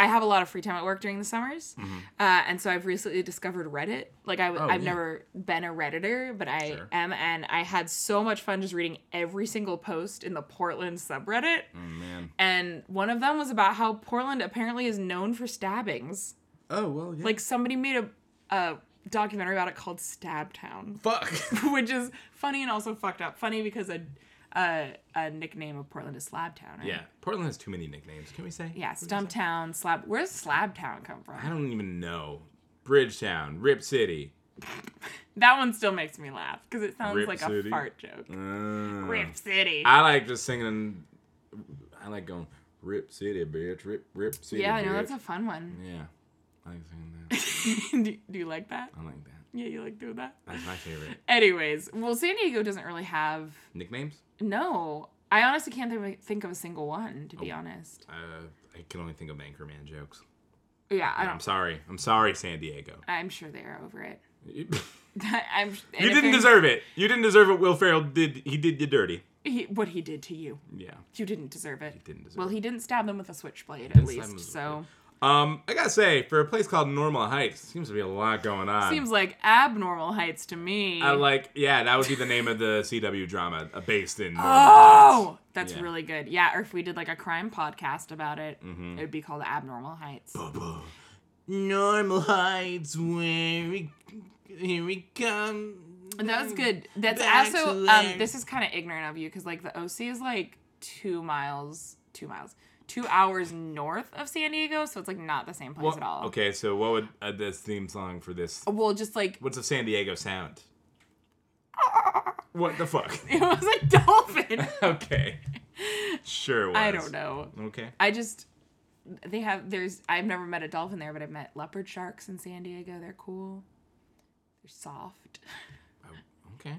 S1: I have a lot of free time at work during the summers. Uh, and so I've recently discovered Reddit. Like I w-
S2: Mm-hmm. Oh,
S1: I've
S2: yeah.
S1: never been a Redditor, but I
S2: Sure.
S1: am and I had so much fun just reading every single post in the Portland subreddit.
S2: oh, man.
S1: And one of them was about how Portland apparently is known for stabbings.
S2: Oh well. Yeah.
S1: Like somebody made a, a documentary about it called Stab Town,
S2: fuck.
S1: which is funny and also fucked up. Funny because a a, a nickname of Portland is Slab Town. Right?
S2: yeah. Portland has too many nicknames. Can we say?
S1: Yeah,
S2: Can we
S1: Stump
S2: say-
S1: Town, Slab. Where does Slab Town come
S2: I
S1: from?
S2: don't even know. Bridgetown, Rip City.
S1: That one still makes me laugh because it sounds
S2: Rip
S1: like
S2: City.
S1: a fart joke.
S2: Uh,
S1: Rip City.
S2: I like just singing. I like going Rip City, bitch. Rip Rip City.
S1: yeah, I know
S2: bitch.
S1: that's a fun one.
S2: Yeah. I like singing that.
S1: do, do you like that?
S2: I like that.
S1: Yeah, you like doing that?
S2: That's my favorite.
S1: Anyways, well, San Diego doesn't really have.
S2: Nicknames?
S1: No, I honestly can't think of, think of a single one, to be honest.
S2: Uh, I can only think of Anchorman jokes.
S1: Yeah, I
S2: I'm
S1: don't.
S2: sorry. I'm sorry, San Diego.
S1: I'm sure they are over it.
S2: you
S1: I'm. You
S2: didn't deserve it. You didn't deserve it. Will Ferrell did. He did you dirty.
S1: he, what he did to you.
S2: Yeah.
S1: You didn't deserve it. He
S2: didn't deserve
S1: well,
S2: it.
S1: he didn't stab him with a switchblade, at
S2: didn't stab him
S1: least.
S2: with
S1: So
S2: a Um, I gotta say, for a place called Normal Heights, seems to be a lot going on.
S1: seems like abnormal heights to me.
S2: I like, yeah, that would be the name of the CW drama uh, based in. Normal Heights.
S1: Oh, that's
S2: Yeah.
S1: really good. Yeah, or if we did like a crime podcast about it,
S2: Mm-hmm.
S1: it would be called Abnormal Heights.
S2: Normal Heights, where we, here we come.
S1: And that was good. That's
S2: Back to
S1: also
S2: there.
S1: um, this is kind of ignorant of you because like the OC is like two miles, two miles, two hours north of San Diego, so it's like not the same place at all.
S2: Okay, so what would uh, this theme song for this?
S1: Well, just like
S2: What's a San Diego sound? What the fuck?
S1: it was a dolphin.
S2: okay. Sure was.
S1: I don't know.
S2: Okay.
S1: I just they have there's I've never met a dolphin there, but I've met leopard sharks in San Diego. They're cool. They're soft.
S2: Okay.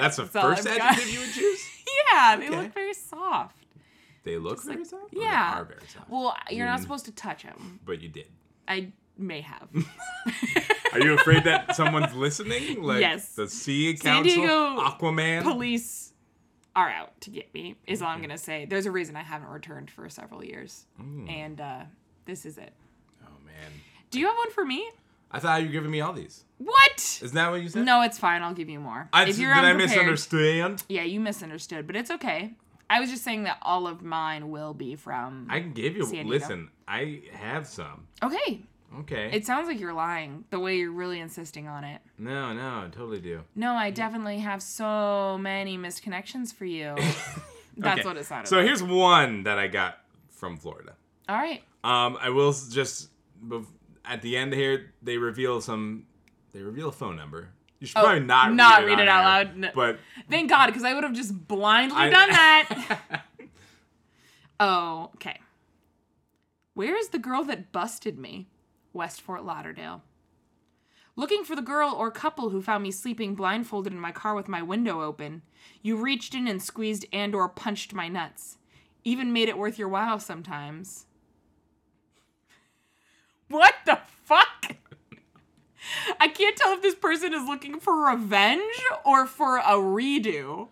S2: That's the
S1: all
S2: first
S1: I've got.
S2: adjective you would choose?
S1: Yeah, they
S2: Okay.
S1: look very soft.
S2: They look very soft? or
S1: yeah.
S2: They are very soft.
S1: Well, you're not
S2: Mm.
S1: supposed to touch them.
S2: but you did.
S1: I may have.
S2: Are you afraid that someone's listening? Like
S1: Yes.
S2: The Sea
S1: San
S2: Council?
S1: Diego
S2: Aquaman?
S1: Police are out to get me. Is all I'm gonna say. There's a reason I haven't returned for several years,
S2: Mm.
S1: and uh, this is it.
S2: Oh, man.
S1: Do you have one for me?
S2: I thought you were giving me all these.
S1: What?
S2: Isn't that what you said?
S1: No, it's fine. I'll give you more.
S2: I,
S1: if you're
S2: did I
S1: unprepared,
S2: misunderstand?
S1: yeah, you misunderstood, but it's okay. I was just saying that all of mine will be from.
S2: I can give you.
S1: San Diego.
S2: Listen, I have some.
S1: okay,
S2: Okay.
S1: it sounds like you're lying. The way you're really insisting on it.
S2: no, no, I totally do.
S1: No, I definitely have so many missed connections for you. That's
S2: Okay.
S1: what it sounded
S2: So
S1: like.
S2: here's one that I got from Florida.
S1: All right.
S2: Um, I will s- just bef- at the end here they reveal some. They reveal a phone number. You should probably not
S1: Oh, not
S2: read it,
S1: read it
S2: on
S1: out
S2: air,
S1: loud, no.
S2: But
S1: Thank God, because I would have just blindly
S2: I-
S1: done that. oh, okay. Where is the girl that busted me? West Fort Lauderdale. Looking for the girl or couple who found me sleeping blindfolded in my car with my window open. You reached in and squeezed and or punched my nuts. Even made it worth your while sometimes. What the fuck? I can't tell if this person is looking for revenge or for a redo.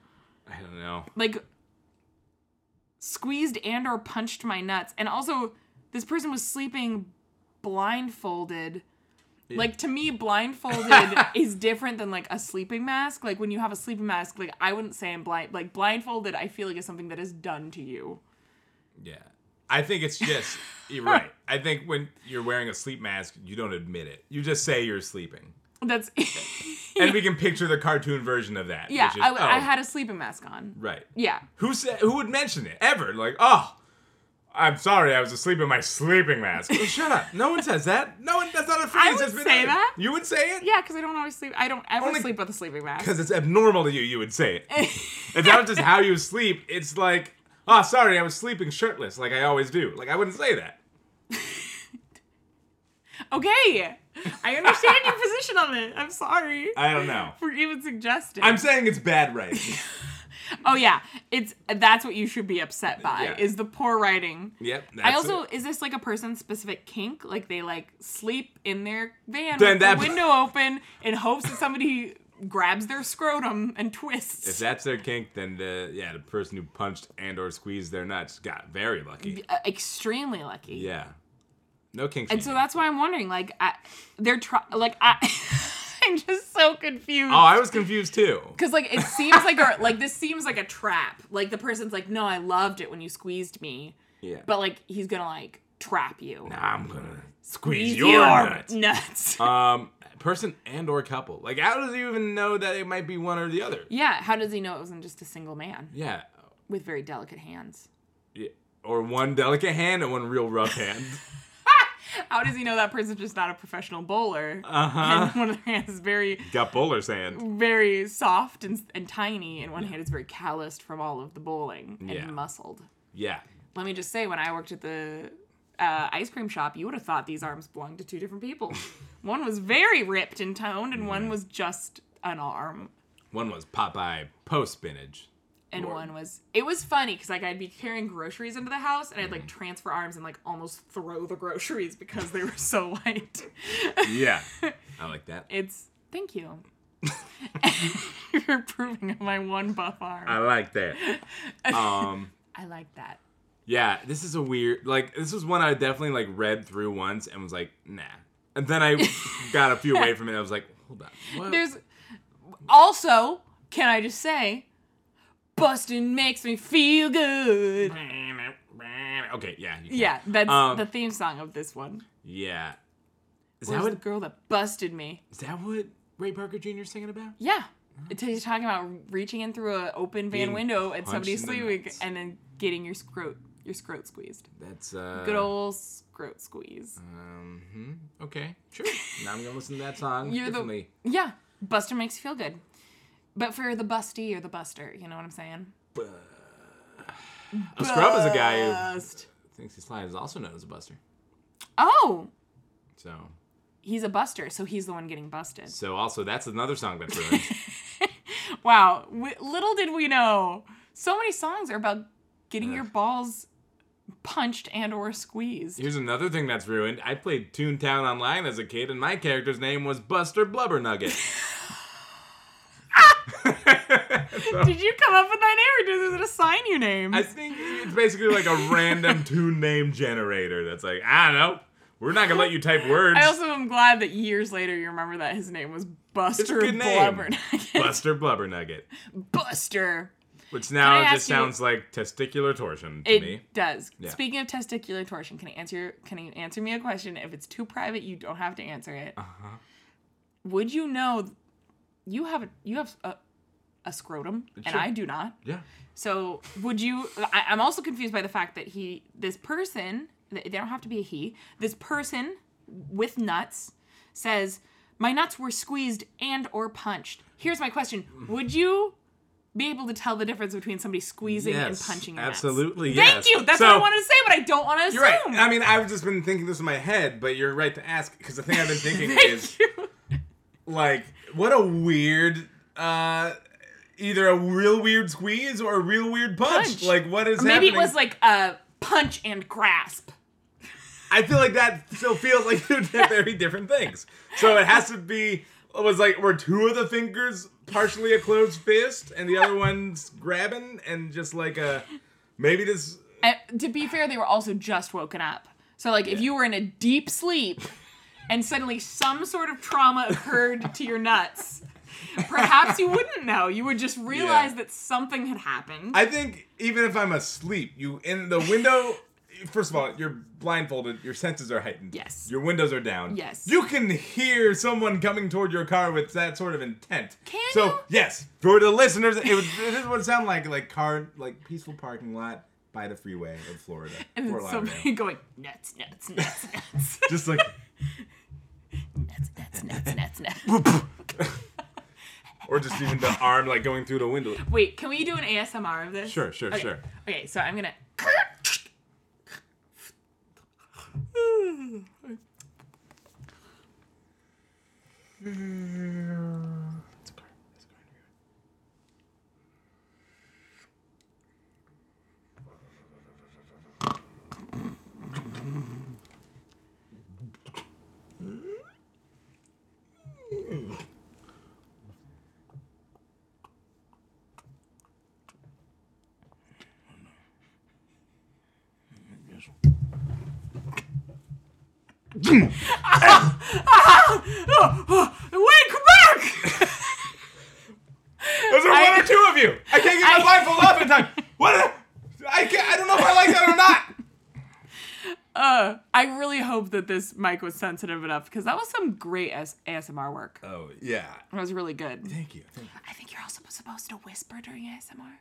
S2: I don't know.
S1: Like squeezed and or punched my nuts. And also this person was sleeping blindfolded. Like to me blindfolded is different than like a sleeping mask. Like when you have a sleeping mask, like I wouldn't say I'm blind like blindfolded I feel like is something that is done to you.
S2: Yeah, I think it's just you're right. I think when you're wearing a sleep mask, you don't admit it. You just say you're sleeping,
S1: That's
S2: and we can picture the cartoon version of that.
S1: Yeah,
S2: which is,
S1: I, I
S2: oh,
S1: had a sleeping mask on.
S2: right.
S1: Yeah.
S2: Who said? Who would mention it ever? Like, oh, I'm sorry, I was asleep in my sleeping mask. Well, shut up. No one says that. No one. That's not a phrase.
S1: would
S2: that's been
S1: say
S2: in.
S1: that.
S2: You would say it.
S1: Yeah, because I don't always sleep. I don't ever
S2: Only-
S1: sleep with a sleeping mask.
S2: Because it's abnormal to you, you would say it. if that was just how you sleep, it's like, oh, sorry, I was sleeping shirtless, like I always do. Like I wouldn't say that.
S1: Okay. I understand your position on it. I'm sorry
S2: I don't know.
S1: for even suggesting.
S2: I'm saying it's bad writing.
S1: oh yeah, it's that's what you should be upset by
S2: Yeah.
S1: is the poor writing.
S2: yep.
S1: I
S2: That's
S1: also
S2: it.
S1: is this like a person's specific kink? Like they like sleep in their van
S2: Then
S1: with
S2: that-
S1: the window open in hopes that somebody grabs their scrotum and twists.
S2: If that's their kink, then the yeah the person who punched and or squeezed their nuts got very lucky.
S1: Uh, extremely lucky.
S2: Yeah, no kink.
S1: And so
S2: shaming.
S1: that's why I'm wondering, like, I, they're try, like, I, I'm just so confused.
S2: oh, I was confused too.
S1: Cause like it seems like a, like this seems like a trap. Like the person's like, no, I loved it when you squeezed me,
S2: Yeah,
S1: but like he's gonna like trap you.
S2: I'm gonna squeeze
S1: Squeeze
S2: your, nuts.
S1: nuts.
S2: Um, person and or couple. Like, how does he even know that it might be one or the other?
S1: yeah. How does he know it wasn't just a single man
S2: Yeah.
S1: with very delicate hands?
S2: Yeah. Or one delicate hand and one real rough hand.
S1: How does he know that person's just not a professional bowler
S2: Uh-huh.
S1: and one of their hands is very,
S2: Got bowler's hand.
S1: very soft and, and tiny, and one hand is very calloused from all of the bowling and
S2: Yeah.
S1: muscled.
S2: Yeah.
S1: Let me just say, when I worked at the uh, ice cream shop, you would have thought these arms belonged to two different people. one was very ripped and toned, and one was just an arm.
S2: One was Popeye post spinach.
S1: And
S2: Or-
S1: one was it was funny because like I'd be carrying groceries into the house and I'd like
S2: Mm-hmm.
S1: transfer arms and like almost throw the groceries because they were so light.
S2: Yeah. I like that.
S1: It's thank you. You're proving my one buff arm.
S2: I like that. Um.
S1: I like that.
S2: Yeah, this is a weird like this is one I definitely like read through once and was like, nah. And then I got a few away from it. I was like, hold on. What?
S1: There's also, can I just say, Bustin makes me feel good.
S2: Okay, yeah. you can.
S1: Yeah, that's
S2: Um,
S1: the theme song of this one.
S2: Yeah. Is
S1: That
S2: that
S1: was
S2: what
S1: the girl that busted me.
S2: is that what Ray Parker Jr. is singing about?
S1: Yeah. It's he's talking about reaching in through an open van
S2: Being
S1: window at
S2: punched
S1: somebody's
S2: in the
S1: sleeping
S2: nuts.
S1: and then getting your scrot your scrot squeezed.
S2: That's uh
S1: Good old scrot squeeze.
S2: um hmm, okay. Sure. now I'm gonna listen to that song.
S1: You're the-
S2: definitely.
S1: Yeah. Buster makes you feel good. But for the busty or the buster, you know what I'm saying?
S2: a scrub is a guy who
S1: Bust.
S2: thinks he's fine is also known as a buster.
S1: Oh,
S2: So
S1: he's a buster, so he's the one getting busted.
S2: so also that's another song that's ruined.
S1: Wow, w- little did we know. So many songs are about
S2: Uh.
S1: getting your balls punched and or squeezed.
S2: Here's another thing that's ruined. I played Toontown Online as a kid, and my character's name was Buster Blubber Nugget. So,
S1: Did you come up with that name or did it assign you names?
S2: I think it's basically like a random tune name generator that's like, I don't know. We're not gonna let you type words.
S1: I also am glad that years later you remember that his name was Buster
S2: good name.
S1: Blubber.
S2: Buster Blubber Nugget,
S1: Buster.
S2: which
S1: Can I
S2: now
S1: ask
S2: just
S1: you-
S2: sounds like testicular torsion to
S1: It
S2: me.
S1: does.
S2: Yeah.
S1: Speaking of testicular torsion, can I answer? Can you answer me a question? If it's too private, you don't have to answer it.
S2: Uh-huh.
S1: Would you know? You have a, you have a, a scrotum, and
S2: Sure.
S1: I do not.
S2: Yeah.
S1: So would you? I, I'm also confused by the fact that he, this person, th- they don't have to be a he. This person with nuts says, "My nuts were squeezed and or punched." Here's my question: Would you be able to tell the difference between somebody squeezing and
S2: Yes,
S1: punching? your nuts?
S2: absolutely.
S1: Thank
S2: yes.
S1: you. That's
S2: So-
S1: what I wanted to say, but I don't want to assume.
S2: You're right. I mean, I've just been thinking this in my head, but you're right to ask because the thing I've been thinking is like, what a weird, uh, either a real weird squeeze or a real weird punch.
S1: Punch.
S2: Like, what is
S1: Or maybe
S2: happening?
S1: it was like a punch and grasp.
S2: I feel like that still feels like they're very different things. So it has to be it was like were two of the fingers partially a closed fist and the other one's grabbing and just like a maybe this
S1: And to be fair, they were also just woken up. So like if you were in a deep sleep and suddenly some sort of trauma occurred to your nuts, perhaps you wouldn't know. You would just realize that something had happened.
S2: I think even if I'm asleep, you in the window. First of all, you're blindfolded. Your senses are heightened.
S1: Yes.
S2: Your windows are down.
S1: Yes.
S2: You can hear someone coming toward your car with that sort of intent.
S1: Can
S2: so,
S1: you?
S2: yes, for the listeners, it was this is what it sounded like like car like peaceful parking lot by the freeway of Florida.
S1: and
S2: Fort
S1: then
S2: Lauderdale.
S1: somebody going nuts, nuts, nuts, nuts,
S2: Just like
S1: nuts, nuts, nuts, nuts, nuts.
S2: or just even the arm like going through the window.
S1: Wait, can we do an ASMR of this?
S2: Sure, sure,
S1: Okay.
S2: sure.
S1: Okay, so I'm gonna. Wake back!
S2: Those are one or two of you. I can't get my
S1: I-
S2: blindfold off in time. What? I can't, I don't know if I like that or not.
S1: Uh, I really hope that this mic was sensitive enough because that was some great as- ASMR work.
S2: Oh yeah.
S1: That was really good.
S2: Thank you. Thank you.
S1: I think you're also supposed to whisper during ASMR,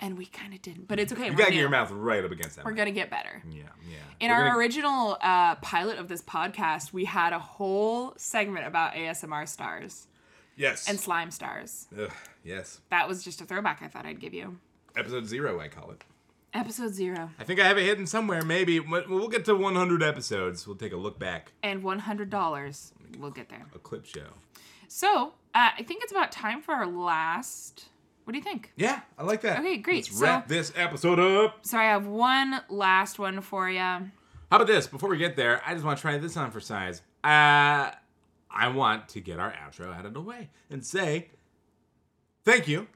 S1: and we kind of didn't, but it's okay.
S2: Oh, You
S1: we're
S2: gotta
S1: new.
S2: get your mouth right up against that.
S1: We're
S2: mic.
S1: gonna get better.
S2: Yeah, yeah.
S1: In
S2: We're
S1: our
S2: gonna-
S1: original uh, pilot of this podcast, we had a whole segment about ASMR stars
S2: yes,
S1: and slime stars.
S2: Ugh, yes,
S1: That was just a throwback I thought I'd give you.
S2: episode zero, I call it.
S1: Episode zero
S2: I think I have it hidden somewhere. Maybe When- when we'll get to 100 episodes. We'll take a look back.
S1: and one hundred dollars. We'll get there.
S2: A clip show.
S1: So uh, I think it's about time for our last. What do you think?
S2: Yeah, I like that.
S1: Okay, great.
S2: Let's wrap
S1: So-
S2: this episode up.
S1: So I have one last one for you.
S2: How about this? Before we get there, I just want to try this on for size. Uh, I want to get our outro out of the way and say thank you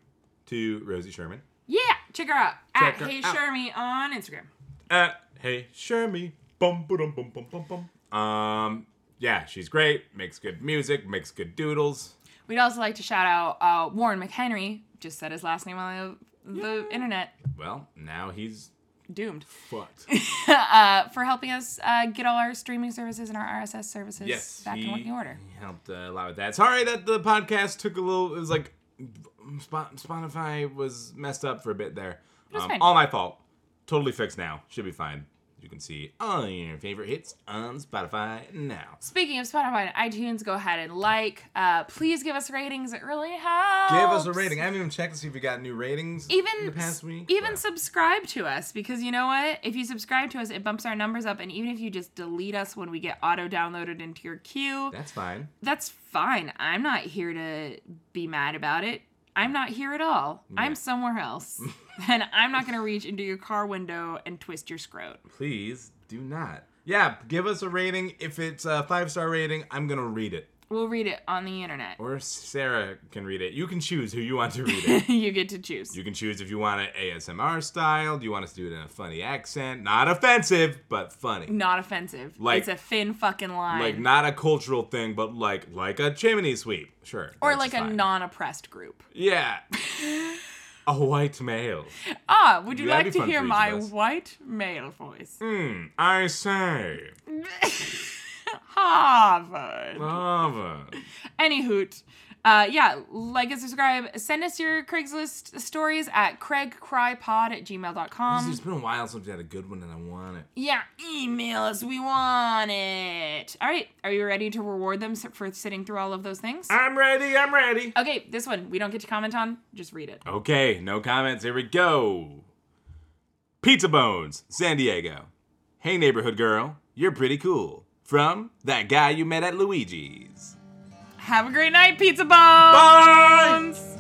S2: to Rosie Sherman
S1: Yeah, check her out
S2: Check
S1: at
S2: her
S1: Hey
S2: out.
S1: Shermie on Instagram.
S2: at Uh, Hey Shermie. Bum, ba-dum, bum, bum, bum, bum. Um, yeah, she's great. Makes good music. Makes good doodles.
S1: We'd also like to shout out uh, Warren McHenry. Just said his last name on the, the internet.
S2: Well, now he's
S1: Doomed.
S2: fucked.
S1: uh, for helping us uh, get all our streaming services and our RSS services
S2: yes,
S1: back in working order.
S2: He helped uh, a lot with that. Sorry that the podcast took a little. It was like Spo- Spotify was messed up for a bit there.
S1: was
S2: Um,
S1: fine.
S2: all my fault. Totally fixed now. Should be fine. You can see all your favorite hits on Spotify now.
S1: Speaking of Spotify and iTunes, go ahead and like. Uh, please give us ratings. It really helps.
S2: Give us a rating. I haven't even checked to see if we got new ratings
S1: Even
S2: in the past week.
S1: even
S2: Wow.
S1: subscribe to us because you know what? If you subscribe to us, it bumps our numbers up. And even if you just delete us when we get auto downloaded into your queue,
S2: that's fine.
S1: that's fine. I'm not here to be mad about it. I'm not here at all. I'm somewhere else. and I'm not going to reach into your car window and twist your scrot.
S2: Please do not. Yeah, give us a rating. If it's a five star rating, I'm gonna read it.
S1: We'll read it on the internet.
S2: Or Sarah can read it. You can choose who you want to read it.
S1: you get to choose.
S2: You can choose if you want it ASMR style. Do you want us to do it in a funny accent? Not offensive, but funny.
S1: Not offensive.
S2: Like-
S1: it's a thin fucking line.
S2: Like not a cultural thing, but like like a chimney sweep. Sure.
S1: or
S2: that's
S1: like a
S2: fine.
S1: non-oppressed group.
S2: Yeah. a white male.
S1: Ah, would you
S2: That'd
S1: like to
S2: be fun
S1: hear
S2: for each
S1: my
S2: of us.
S1: white male voice?
S2: Hmm. I say.
S1: Harvard.
S2: Lava.
S1: Any hoot. Uh, yeah, like and subscribe. Send us your Craigslist stories at craigcrypod at gmail.com.
S2: It's been a while since we had a good one, and I want it.
S1: Yeah, email us. We want it. All right, are you ready to reward them s- for sitting through all of those things?
S2: I'm ready. I'm ready.
S1: Okay, this one we don't get to comment on. Just read it.
S2: Okay, no comments. Here we go. Pizza Bones, San Diego. Hey, neighborhood girl, you're pretty cool. From that guy you met at Luigi's.
S1: Have a great night, Pizza Bones.
S2: Bye!
S1: Bones.